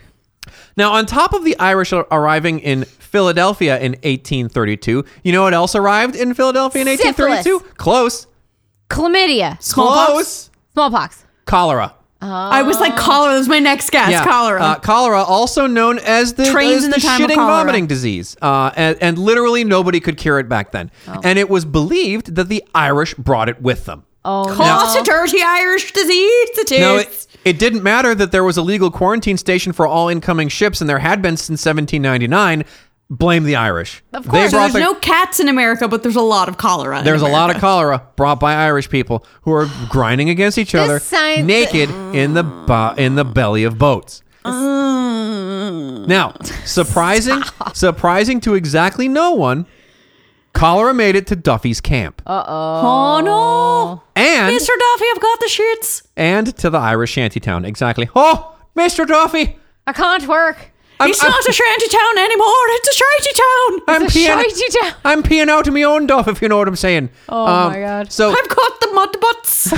Speaker 3: now, on top of the Irish ar- arriving in Philadelphia in 1832, you know what else arrived in Philadelphia in 1832?
Speaker 4: Syphilis.
Speaker 3: Close.
Speaker 4: Chlamydia.
Speaker 3: Close.
Speaker 4: Smallpox.
Speaker 3: Cholera.
Speaker 2: I was
Speaker 3: Oh.
Speaker 2: like cholera. That was my next guess. Cholera.
Speaker 3: Uh, cholera, also known as the,
Speaker 2: Trains
Speaker 3: as
Speaker 2: in
Speaker 3: the,
Speaker 2: the time of
Speaker 3: shitting
Speaker 2: cholera.
Speaker 3: vomiting disease. Uh, and, and literally nobody could cure it back then.
Speaker 2: Oh.
Speaker 3: And it was believed that the Irish brought it with them.
Speaker 4: Oh,
Speaker 2: Call
Speaker 4: no.
Speaker 2: it a dirty Irish disease. It is.
Speaker 3: Now, Uh, it, it didn't matter that there was a legal quarantine station for all incoming ships, and there had been since 1799. Blame the Irish.
Speaker 4: Of course.
Speaker 2: so there's
Speaker 3: the-
Speaker 2: no cats in America, but there's a lot of cholera. in
Speaker 3: There's a lot of
Speaker 2: America.
Speaker 3: cholera brought by Irish people who are grinding against each other,
Speaker 4: science-
Speaker 3: naked in the bo- in the belly of boats. Now,
Speaker 4: Mm.
Speaker 3: surprising, surprising to exactly no one, cholera made it to Duffy's camp
Speaker 4: Uh,
Speaker 2: Oh no,
Speaker 3: and
Speaker 2: Mr. Duffy, I've got the shits.
Speaker 3: and to the Irish shantytown. Exactly. Oh, Mister Duffy,
Speaker 4: I can't work.
Speaker 3: I'm,
Speaker 2: it's
Speaker 3: I'm,
Speaker 2: not a shanty town anymore. It's a shanty town.
Speaker 3: I'm
Speaker 4: It's a
Speaker 3: peeing.
Speaker 4: shantytown.
Speaker 3: I'm peeing out of my own duff, if you know what I'm saying. Um,
Speaker 4: Oh, my God.
Speaker 3: So
Speaker 2: I've got the mud butts.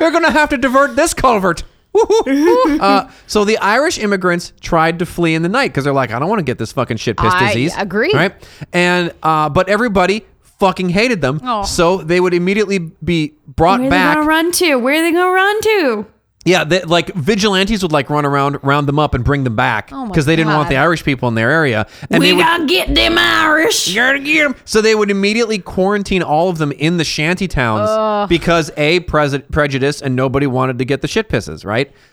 Speaker 3: You're gonna have to divert this culvert. Woohoo. uh, so the Irish immigrants tried to flee in the night because they're like, I don't want to get this fucking shit piss
Speaker 4: I
Speaker 3: disease.
Speaker 4: agree.
Speaker 3: Right? And uh, but everybody fucking hated them,
Speaker 4: Oh.
Speaker 3: so they would immediately be brought
Speaker 2: Where they
Speaker 3: back.
Speaker 2: gonna run to? Where they gonna run to?
Speaker 3: Yeah, they, like vigilantes would like run around, round them up, and bring them back
Speaker 4: Oh my
Speaker 3: because they didn't want
Speaker 4: God.
Speaker 3: the Irish people in their area. And
Speaker 2: we
Speaker 3: they would,
Speaker 2: gotta get them Irish.
Speaker 3: gotta get 'em. So they would immediately quarantine all of them in the shanty towns because a pres- prejudice and nobody wanted to get the shit pisses, right? So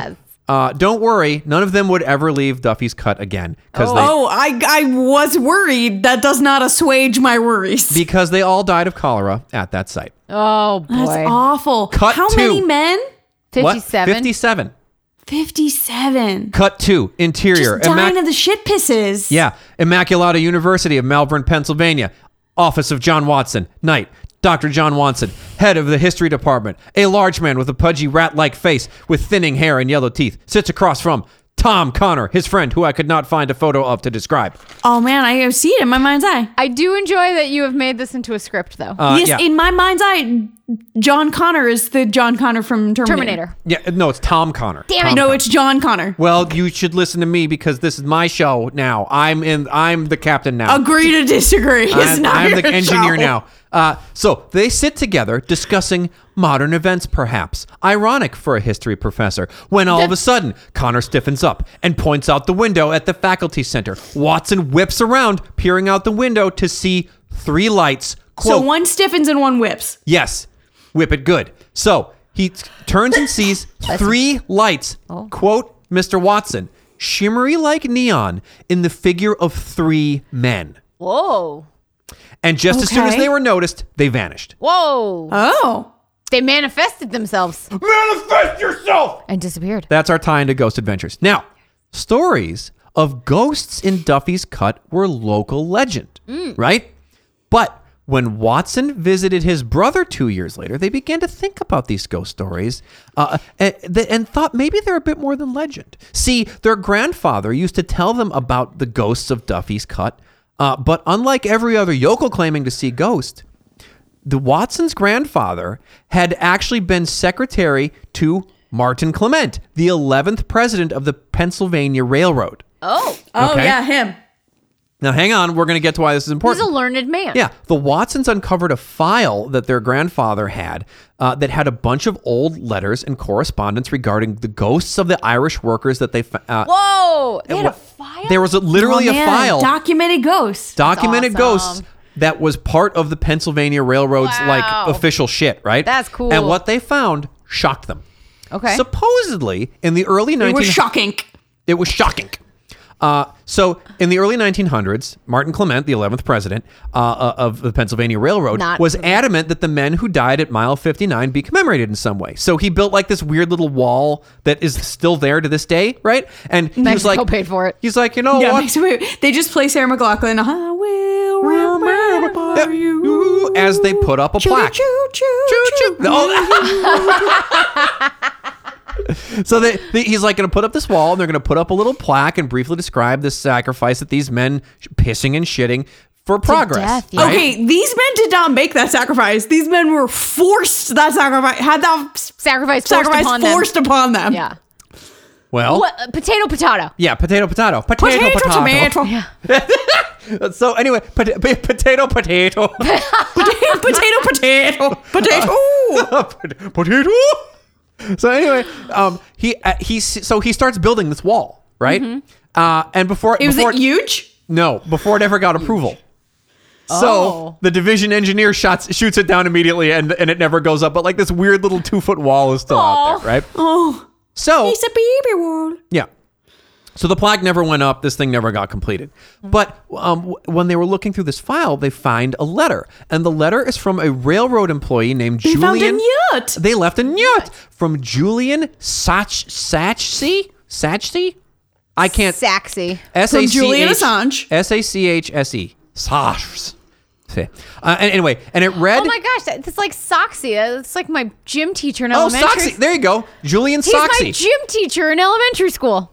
Speaker 4: Jesus.
Speaker 3: uh, don't worry, none of them would ever leave Duffy's Cut again because
Speaker 2: Oh, I I was worried. That does not assuage my worries.
Speaker 3: they because they all died of cholera at that site.
Speaker 4: Oh, boy.
Speaker 2: That's awful.
Speaker 3: Cut
Speaker 2: How
Speaker 3: to-
Speaker 2: many men?
Speaker 4: 57.
Speaker 3: Fifty-seven.
Speaker 2: Fifty-seven.
Speaker 3: Cut two interior.
Speaker 2: Just dying
Speaker 3: Immac-
Speaker 2: of the shit pisses.
Speaker 3: yeah, Immaculata University of Malvern, Pennsylvania. Office of John Watson. Knight. Dr. John Watson, head of the history department, a large man with a pudgy rat like face with thinning hair and yellow teeth, sits across from Tom Connor, his friend, who I could not find a photo of to describe.
Speaker 2: Oh man, I see it in my mind's eye.
Speaker 4: I do enjoy that you have made this into a script, though.
Speaker 3: Uh,
Speaker 2: yes,
Speaker 3: yeah.
Speaker 2: in my mind's eye, John Connor is the John Connor from Terminator.
Speaker 4: Terminator.
Speaker 3: Yeah, no, it's Tom Connor.
Speaker 4: Damn
Speaker 3: Tom
Speaker 4: it.
Speaker 2: No,
Speaker 3: Connor.
Speaker 2: it's John Connor.
Speaker 3: Well, you should listen to me because this is my show now. I'm in. I'm the captain now.
Speaker 2: Agree to disagree. It's
Speaker 3: I'm,
Speaker 2: not
Speaker 3: I'm
Speaker 2: your
Speaker 3: the engineer
Speaker 2: show.
Speaker 3: now. Uh, so they sit together discussing modern events, perhaps ironic for a history professor. When all of a sudden, Connor stiffens up and points out the window at the faculty center. Watson whips around, peering out the window to see three lights.
Speaker 2: So
Speaker 3: Quote,
Speaker 2: one stiffens and one whips.
Speaker 3: Yes. Whip it good. So he t- turns and sees three lights.
Speaker 2: Oh.
Speaker 3: Quote Mr. Watson, shimmery like neon in the figure of three men.
Speaker 4: Whoa.
Speaker 3: And just as soon as
Speaker 2: Okay.
Speaker 3: they were noticed, they vanished.
Speaker 4: Whoa.
Speaker 2: Oh.
Speaker 4: they manifested themselves
Speaker 1: Manifest yourself!
Speaker 4: and disappeared.
Speaker 3: That's our tie into Ghost Adventures. Now, stories of ghosts in Duffy's Cut were local legend, right? But when Watson visited his brother two years later, they began to think about these ghost stories uh, and, and thought maybe they're a bit more than legend. See, their grandfather used to tell them about the ghosts of Duffy's Cut, uh, but unlike every other yokel claiming to see ghosts, the Watson's grandfather had actually been secretary to Martin Clement, the 11th president of the Pennsylvania Railroad.
Speaker 4: Oh,
Speaker 2: Oh
Speaker 3: Okay.
Speaker 2: yeah, him.
Speaker 3: Now, hang on, we're going to get to why this is
Speaker 4: he's
Speaker 3: important.
Speaker 4: a learned man.
Speaker 3: Yeah, the Watsons uncovered a file that their grandfather had uh, that had a bunch of old letters and correspondence regarding the ghosts of the Irish workers that they fa- uh,
Speaker 4: Whoa, they had a
Speaker 3: wa-
Speaker 4: file.
Speaker 3: There was a, literally
Speaker 2: Oh,
Speaker 3: a
Speaker 2: man,
Speaker 3: file
Speaker 2: Documented ghosts.
Speaker 3: documented
Speaker 4: awesome.
Speaker 3: ghosts that was part of the Pennsylvania Railroad's
Speaker 4: Wow.
Speaker 3: like official shit, right?
Speaker 4: That's cool.
Speaker 3: And what they found shocked them.
Speaker 4: okay.
Speaker 3: Supposedly, in the early 1900s,
Speaker 2: it was shocking.
Speaker 3: It was shocking. Uh, so, in the early 1900s, Martin Clement, the 11th president uh, of the Pennsylvania Railroad,
Speaker 4: Not
Speaker 3: was
Speaker 4: president.
Speaker 3: adamant that the men who died at mile 59 be commemorated in some way. So, he built like this weird little wall that is still there to this day, right? And he was
Speaker 4: Mexico
Speaker 3: like,
Speaker 4: paid for it.
Speaker 3: He's like, you know
Speaker 2: Yeah,
Speaker 3: Oh, what?
Speaker 2: makes me, they just play Sarah McLaughlin. I will remember you
Speaker 3: As they put up a plaque.
Speaker 2: Choo choo
Speaker 3: Choo-choo. No. so they, they- he's like going to put up this wall and they're going to put up a little plaque and briefly describe the sacrifice that these men sh- pissing and shitting for progress.
Speaker 4: death, yeah.
Speaker 3: right?
Speaker 2: Okay, these men did not make that sacrifice. These men were forced that sacrifice. Had that s-
Speaker 4: Sacrifice forced
Speaker 2: sacrifice
Speaker 4: upon
Speaker 2: forced,
Speaker 4: them.
Speaker 2: upon them. Oh.
Speaker 4: Yeah.
Speaker 3: Well,
Speaker 4: What? uh, potato, potato.
Speaker 3: yeah, potato, potato, potato,
Speaker 2: Potato,
Speaker 3: potato.
Speaker 2: tomato,
Speaker 3: So anyway, pot- p- potato, potato,
Speaker 2: potato, potato, potato, potato.
Speaker 3: potato. So anyway, um, he uh, he s- so he starts building this wall, right?
Speaker 4: Mm-hmm.
Speaker 3: Uh, and before
Speaker 2: It was
Speaker 3: before
Speaker 2: it huge.
Speaker 3: No, before it ever got approval.
Speaker 4: Oh.
Speaker 3: So the division engineer shots shoots it down immediately, and and it never goes up. But like this weird little two foot wall is still out
Speaker 4: Aw.
Speaker 3: there, right?
Speaker 2: Oh,
Speaker 3: So
Speaker 2: it's a baby world.
Speaker 3: yeah. So the plaque never went up. This thing never got completed. But um, w- when they were looking through this file, they find a letter, and the letter is from a railroad employee named
Speaker 2: They found
Speaker 3: Julian.
Speaker 2: a newt.
Speaker 3: They left a newt from Julian Sach Sachsey Sachsey. I can't
Speaker 4: Saxy.
Speaker 3: S A C
Speaker 2: Julian
Speaker 3: H
Speaker 2: Assange.
Speaker 3: S A C H S E. Sachs. Uh, and anyway, and it read.
Speaker 4: Oh my gosh, that- that's like Soxy. It's like my gym teacher in
Speaker 3: Oh,
Speaker 4: elementary.
Speaker 3: Soxy. There you go. Julian
Speaker 4: He's my
Speaker 3: Soxy.
Speaker 4: gym teacher in elementary school.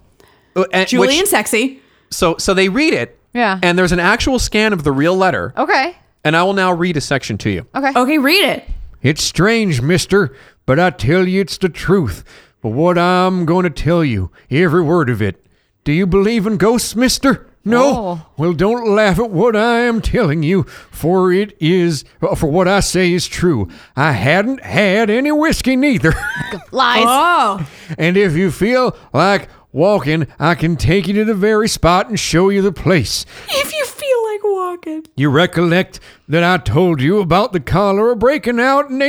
Speaker 3: Uh, and which-
Speaker 2: Julian sexy.
Speaker 3: so, so they read it.
Speaker 4: Yeah. Oh.
Speaker 3: And there's an actual scan of the real letter.
Speaker 4: Okay.
Speaker 3: And I will now read a section to you.
Speaker 4: Okay.
Speaker 2: Okay, read it.
Speaker 5: It's strange, mister, but I tell you it's the truth. But what I'm going to tell you, every word of it. Do you believe in ghosts, mister? No.
Speaker 4: Oh.
Speaker 5: Well, don't laugh at what I am telling you, for it is, uh, for what I say is true. I hadn't had any whiskey neither.
Speaker 4: Lies.
Speaker 2: Oh,
Speaker 5: and if you feel like walking, I can take you to the very spot and show you the place.
Speaker 2: if you feel like walking.
Speaker 5: You recollect that I told you about the cholera breaking out in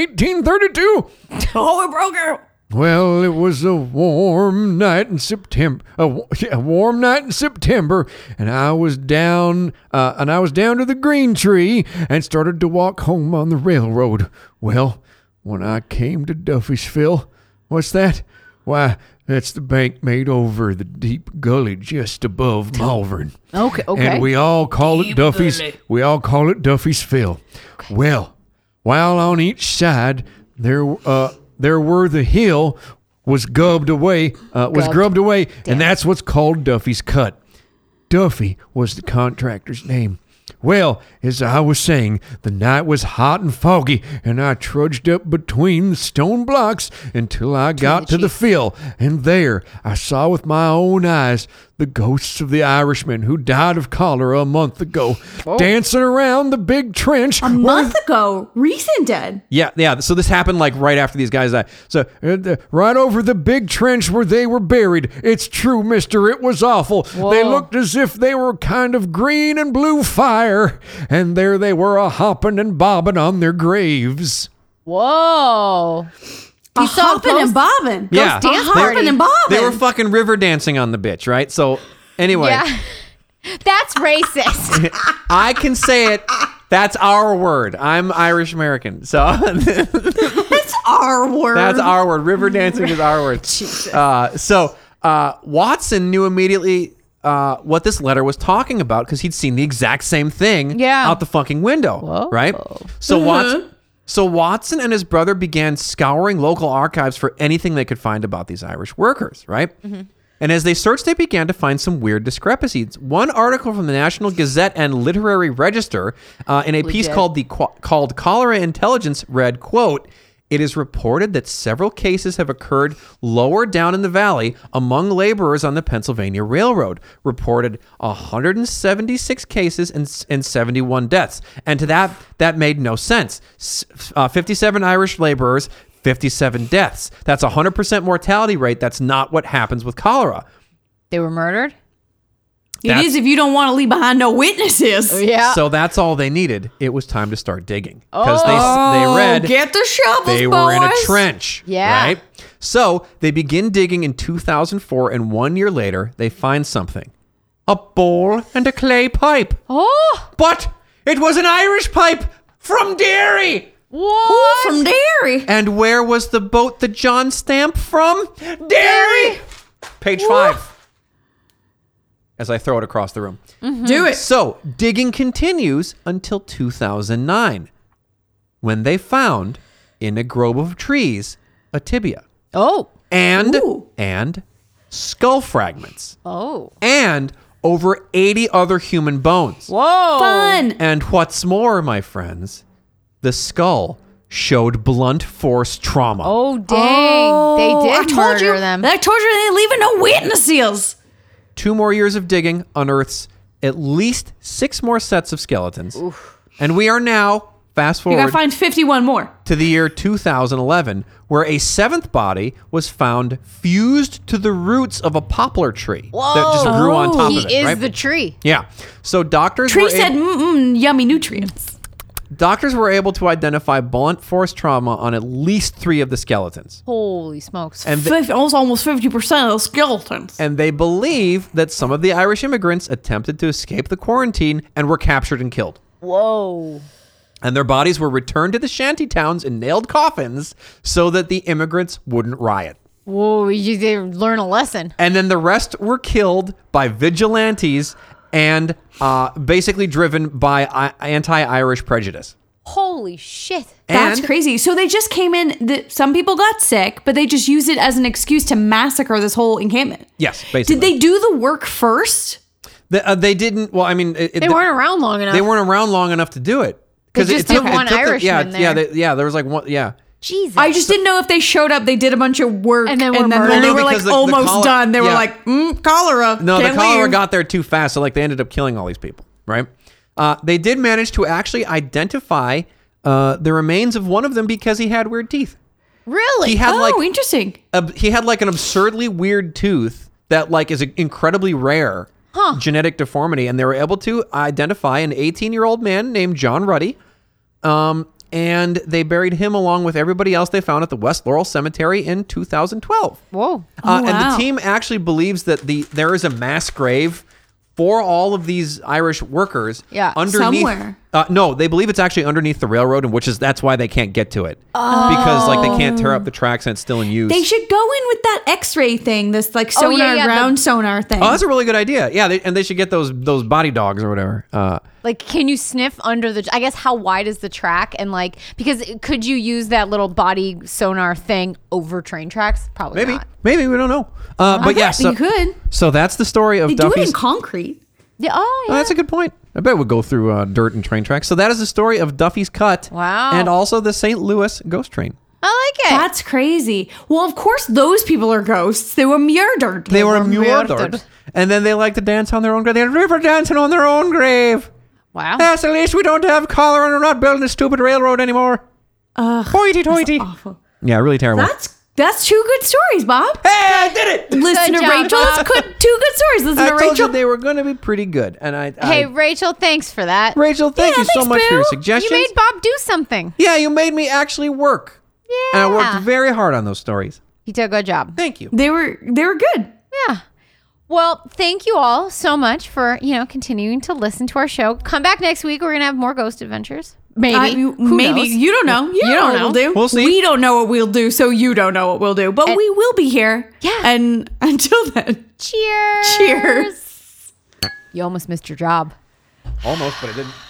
Speaker 5: 1832?
Speaker 2: Oh, it broke her.
Speaker 5: Well, it was a warm night in September. A, wa- yeah, a warm night in September, and I was down. Uh, and I was down to the green tree and started to walk home on the railroad. Well, when I came to Duffysville, what's that? Why, that's the bank made over the deep gully just above Malvern.
Speaker 4: Okay, okay.
Speaker 5: And we all call it Duffy's. We all call it Duffy's Fill. Well, while on each side there uh, there were the hill was gubbed away uh, was
Speaker 4: Gubbed.
Speaker 5: grubbed away, and that's what's called Duffy's Cut. Duffy was the contractor's name. Well, as I was saying, the night was hot and foggy, and I trudged up between the stone blocks until I got to the fill, and there I saw with my own eyes the ghosts of the Irishmen who died of cholera a month ago, dancing around the big trench.
Speaker 2: A month ago, recent dead.
Speaker 3: Yeah, yeah. So this happened like right after these guys died. So
Speaker 5: Uh, the- Right over the big trench where they were buried. It's true, mister. It was awful. They looked as if they were kind of green and blue fire. And there they were a hopping and bobbing on their graves.
Speaker 4: Whoa.
Speaker 2: You
Speaker 4: saw
Speaker 2: hopping
Speaker 4: ghosts-
Speaker 2: and bobbing.
Speaker 3: Yeah.
Speaker 2: A
Speaker 4: dance
Speaker 2: hopping
Speaker 4: party.
Speaker 2: and bobbing.
Speaker 3: they were fucking river dancing on the bitch, right? So anyway,
Speaker 4: Yeah. That's racist.
Speaker 3: I can say it. That's our word. I'm Irish American. So
Speaker 2: That's our word.
Speaker 3: That's our word. River dancing is our word. Uh, so uh, Watson knew immediately uh, what this letter was talking about because he'd seen the exact same thing
Speaker 4: Yeah.
Speaker 3: out the fucking window,
Speaker 4: Whoa. Mm-hmm.
Speaker 3: right? So Watson, so Watson and his brother began scouring local archives for anything they could find about these Irish workers, right?
Speaker 4: Mm-hmm.
Speaker 3: And as they searched, they began to find some weird discrepancies. One article from the National Gazette and Literary Register, uh, in a piece
Speaker 4: Legit.
Speaker 3: called the Qu- called Cholera Intelligence, read quote. It is reported that several cases have occurred lower down in the valley among laborers on the Pennsylvania Railroad. Reported 176 cases and, s- and 71 deaths. And to that, that made no sense. S- uh, 57 Irish laborers, 57 deaths. That's a 100% mortality rate. That's not what happens with cholera.
Speaker 4: They were murdered.
Speaker 2: It is if you don't want to leave behind no
Speaker 3: Oh,
Speaker 2: witnesses.
Speaker 4: Yeah.
Speaker 3: So that's all they needed. It was time to start digging because they s-
Speaker 2: Oh,
Speaker 3: they read
Speaker 2: get the shovels,
Speaker 3: they were in a
Speaker 2: boys.
Speaker 3: trench.
Speaker 4: Yeah.
Speaker 3: Right. So they begin digging in 2004, and one year later, they find something: a bowl and a clay pipe.
Speaker 4: oh,
Speaker 3: But it was an Irish pipe from Derry.
Speaker 4: what?
Speaker 2: From dairy.
Speaker 3: And where was the boat that John stamped from? Derry. Page five. As I throw it across the room.
Speaker 2: Do it.
Speaker 3: So digging continues until 2009, when they found in a grove of trees a tibia
Speaker 4: oh,
Speaker 3: and
Speaker 2: Ooh.
Speaker 3: and skull fragments
Speaker 4: oh,
Speaker 3: and over 80 other human bones.
Speaker 2: Oh.
Speaker 4: whoa,
Speaker 2: Fun.
Speaker 3: And what's more, my friends, the skull showed blunt force trauma.
Speaker 4: Oh dang! they
Speaker 2: Oh, I
Speaker 4: did
Speaker 2: told
Speaker 4: murder
Speaker 2: you,
Speaker 4: them.
Speaker 2: I told you they ain't leaving no witnesses.
Speaker 3: Two more years of digging unearths at least six more sets of skeletons. And we are now fast
Speaker 2: You
Speaker 3: forward
Speaker 2: gotta find 51 more.
Speaker 3: to the year 2011, where a seventh body was found fused to the roots of a poplar tree that just grew on top
Speaker 4: he
Speaker 3: of it.
Speaker 4: is
Speaker 3: right?
Speaker 4: the tree.
Speaker 3: yeah. So doctors
Speaker 2: Tree
Speaker 3: were ab-
Speaker 2: said, mm-mm, yummy nutrients.
Speaker 3: doctors were able to identify blunt force trauma on at least three of the skeletons,
Speaker 4: Holy smokes!
Speaker 3: and th-
Speaker 2: Fif- almost, almost 50% of the skeletons.
Speaker 3: and they believe that some of the Irish immigrants attempted to escape the quarantine and were captured and killed.
Speaker 4: whoa,
Speaker 3: And their bodies were returned to the shanty towns in nailed coffins so that the immigrants wouldn't riot.
Speaker 4: whoa! You did learn a lesson.
Speaker 3: and then the rest were killed by vigilantes and uh, basically driven by I- anti-Irish prejudice.
Speaker 4: Holy shit!
Speaker 2: That's
Speaker 3: and-
Speaker 2: crazy. So they just came in. The, some people got sick, but they just used it as an excuse to massacre this whole encampment.
Speaker 3: Yes, basically.
Speaker 2: Did they do the work first?
Speaker 3: They, uh, they didn't. Well, I mean, it,
Speaker 4: They weren't around long enough.
Speaker 3: They weren't around long enough to do it
Speaker 4: They just did one
Speaker 3: the- yeah,
Speaker 4: Irishman
Speaker 3: yeah,
Speaker 4: there.
Speaker 3: they, yeah. There was like one. Yeah.
Speaker 4: Jesus.
Speaker 2: I just didn't know if they showed up, they did a bunch of work,
Speaker 4: And then were
Speaker 2: when
Speaker 4: murdered.
Speaker 2: they
Speaker 4: No,
Speaker 2: were like
Speaker 3: because the- the
Speaker 2: almost
Speaker 3: cholera-
Speaker 2: done. They were
Speaker 3: yeah.
Speaker 2: like, mm, cholera.
Speaker 3: No,
Speaker 2: can't
Speaker 3: the cholera
Speaker 2: leave.
Speaker 3: got there too fast, so like they ended up killing all these people, right? Uh, they did manage to actually identify uh, the remains of one of them because he had weird teeth.
Speaker 4: really.
Speaker 3: He had
Speaker 2: Oh,
Speaker 3: like
Speaker 2: interesting.
Speaker 3: ab- he had like an absurdly weird tooth that like is a- incredibly rare
Speaker 4: Huh.
Speaker 3: genetic deformity, and they were able to identify an 18 year old man named John Ruddy. Um, and they buried him along with everybody else they found at the West Laurel Cemetery in 2012.
Speaker 4: whoa.
Speaker 3: Uh,
Speaker 2: Oh,
Speaker 3: And the
Speaker 2: wow.
Speaker 3: team actually believes that the there is a mass grave for all of these Irish workers.
Speaker 4: Yeah,
Speaker 3: underneath.
Speaker 2: somewhere.
Speaker 3: Uh, no, they believe it's actually underneath the railroad, and which is that's why they can't get to it because like they can't tear up the tracks and it's still in use.
Speaker 2: Oh. They should go in with that X-ray thing, this like
Speaker 4: Oh,
Speaker 2: sonar
Speaker 4: yeah, yeah, the-
Speaker 2: ground sonar thing.
Speaker 3: Oh, that's a really good idea. Yeah, they, and they should get those those body dogs or whatever. Uh,
Speaker 4: Like, can you sniff under the? I guess how wide is the track? And like, because could you use that little body sonar thing over train tracks? Probably
Speaker 3: maybe,
Speaker 4: not.
Speaker 3: maybe we don't know. Uh, but yeah,
Speaker 2: bet
Speaker 3: so,
Speaker 2: you could.
Speaker 3: So that's the story of
Speaker 2: they do it
Speaker 3: Duffy's.
Speaker 2: in concrete.
Speaker 4: Yeah. Oh, yeah.
Speaker 3: Oh, that's a good point. I bet we would go through uh, dirt and train tracks. So that is the story of Duffy's Cut.
Speaker 4: Wow.
Speaker 3: And also the St. Louis Ghost Train.
Speaker 4: I like it.
Speaker 2: That's crazy. Well, of course those people are ghosts. They were murdered.
Speaker 3: They were
Speaker 4: murdered.
Speaker 3: murdered, and then they like to dance on their own grave. They're river dancing on their own grave.
Speaker 4: wow.
Speaker 3: That's at least we don't have cholera and we're not building a stupid railroad anymore.
Speaker 2: Ugh,
Speaker 3: Hoity-toity.
Speaker 2: awful.
Speaker 3: Yeah, really terrible.
Speaker 2: That's that's two good stories, Bob.
Speaker 3: hey, I did it.
Speaker 2: Listen to
Speaker 4: Good job,
Speaker 2: Rachel's
Speaker 4: Bob.
Speaker 2: good, two good stories. Listen
Speaker 3: I
Speaker 2: to
Speaker 3: told
Speaker 2: Rachel.
Speaker 3: you they were going to be pretty good, and I. I-
Speaker 4: hey, Rachel. Thanks for that.
Speaker 3: Rachel, thank
Speaker 2: Yeah,
Speaker 3: you so
Speaker 2: thanks,
Speaker 3: much for your
Speaker 2: Bill. You
Speaker 3: suggestions.
Speaker 4: You made Bob do something.
Speaker 3: yeah, you made me actually work.
Speaker 4: Yeah.
Speaker 3: And I worked very hard on those stories.
Speaker 4: You did a good job.
Speaker 3: Thank you.
Speaker 2: they were they were good.
Speaker 4: Yeah. Well, thank you all so much for, you know, continuing to listen to our show. Come back next week. We're going to have more ghost adventures. Maybe.
Speaker 2: I-
Speaker 4: Who
Speaker 2: maybe
Speaker 4: knows?
Speaker 2: you don't know. You, don't, know what we'll do.
Speaker 3: We'll see.
Speaker 2: We don't know what we'll do, so you don't know what we'll do. But we will be here.
Speaker 4: Yeah.
Speaker 2: And until then,
Speaker 4: Cheers.
Speaker 2: cheers.
Speaker 6: You almost missed your job.
Speaker 4: Almost, but it didn't.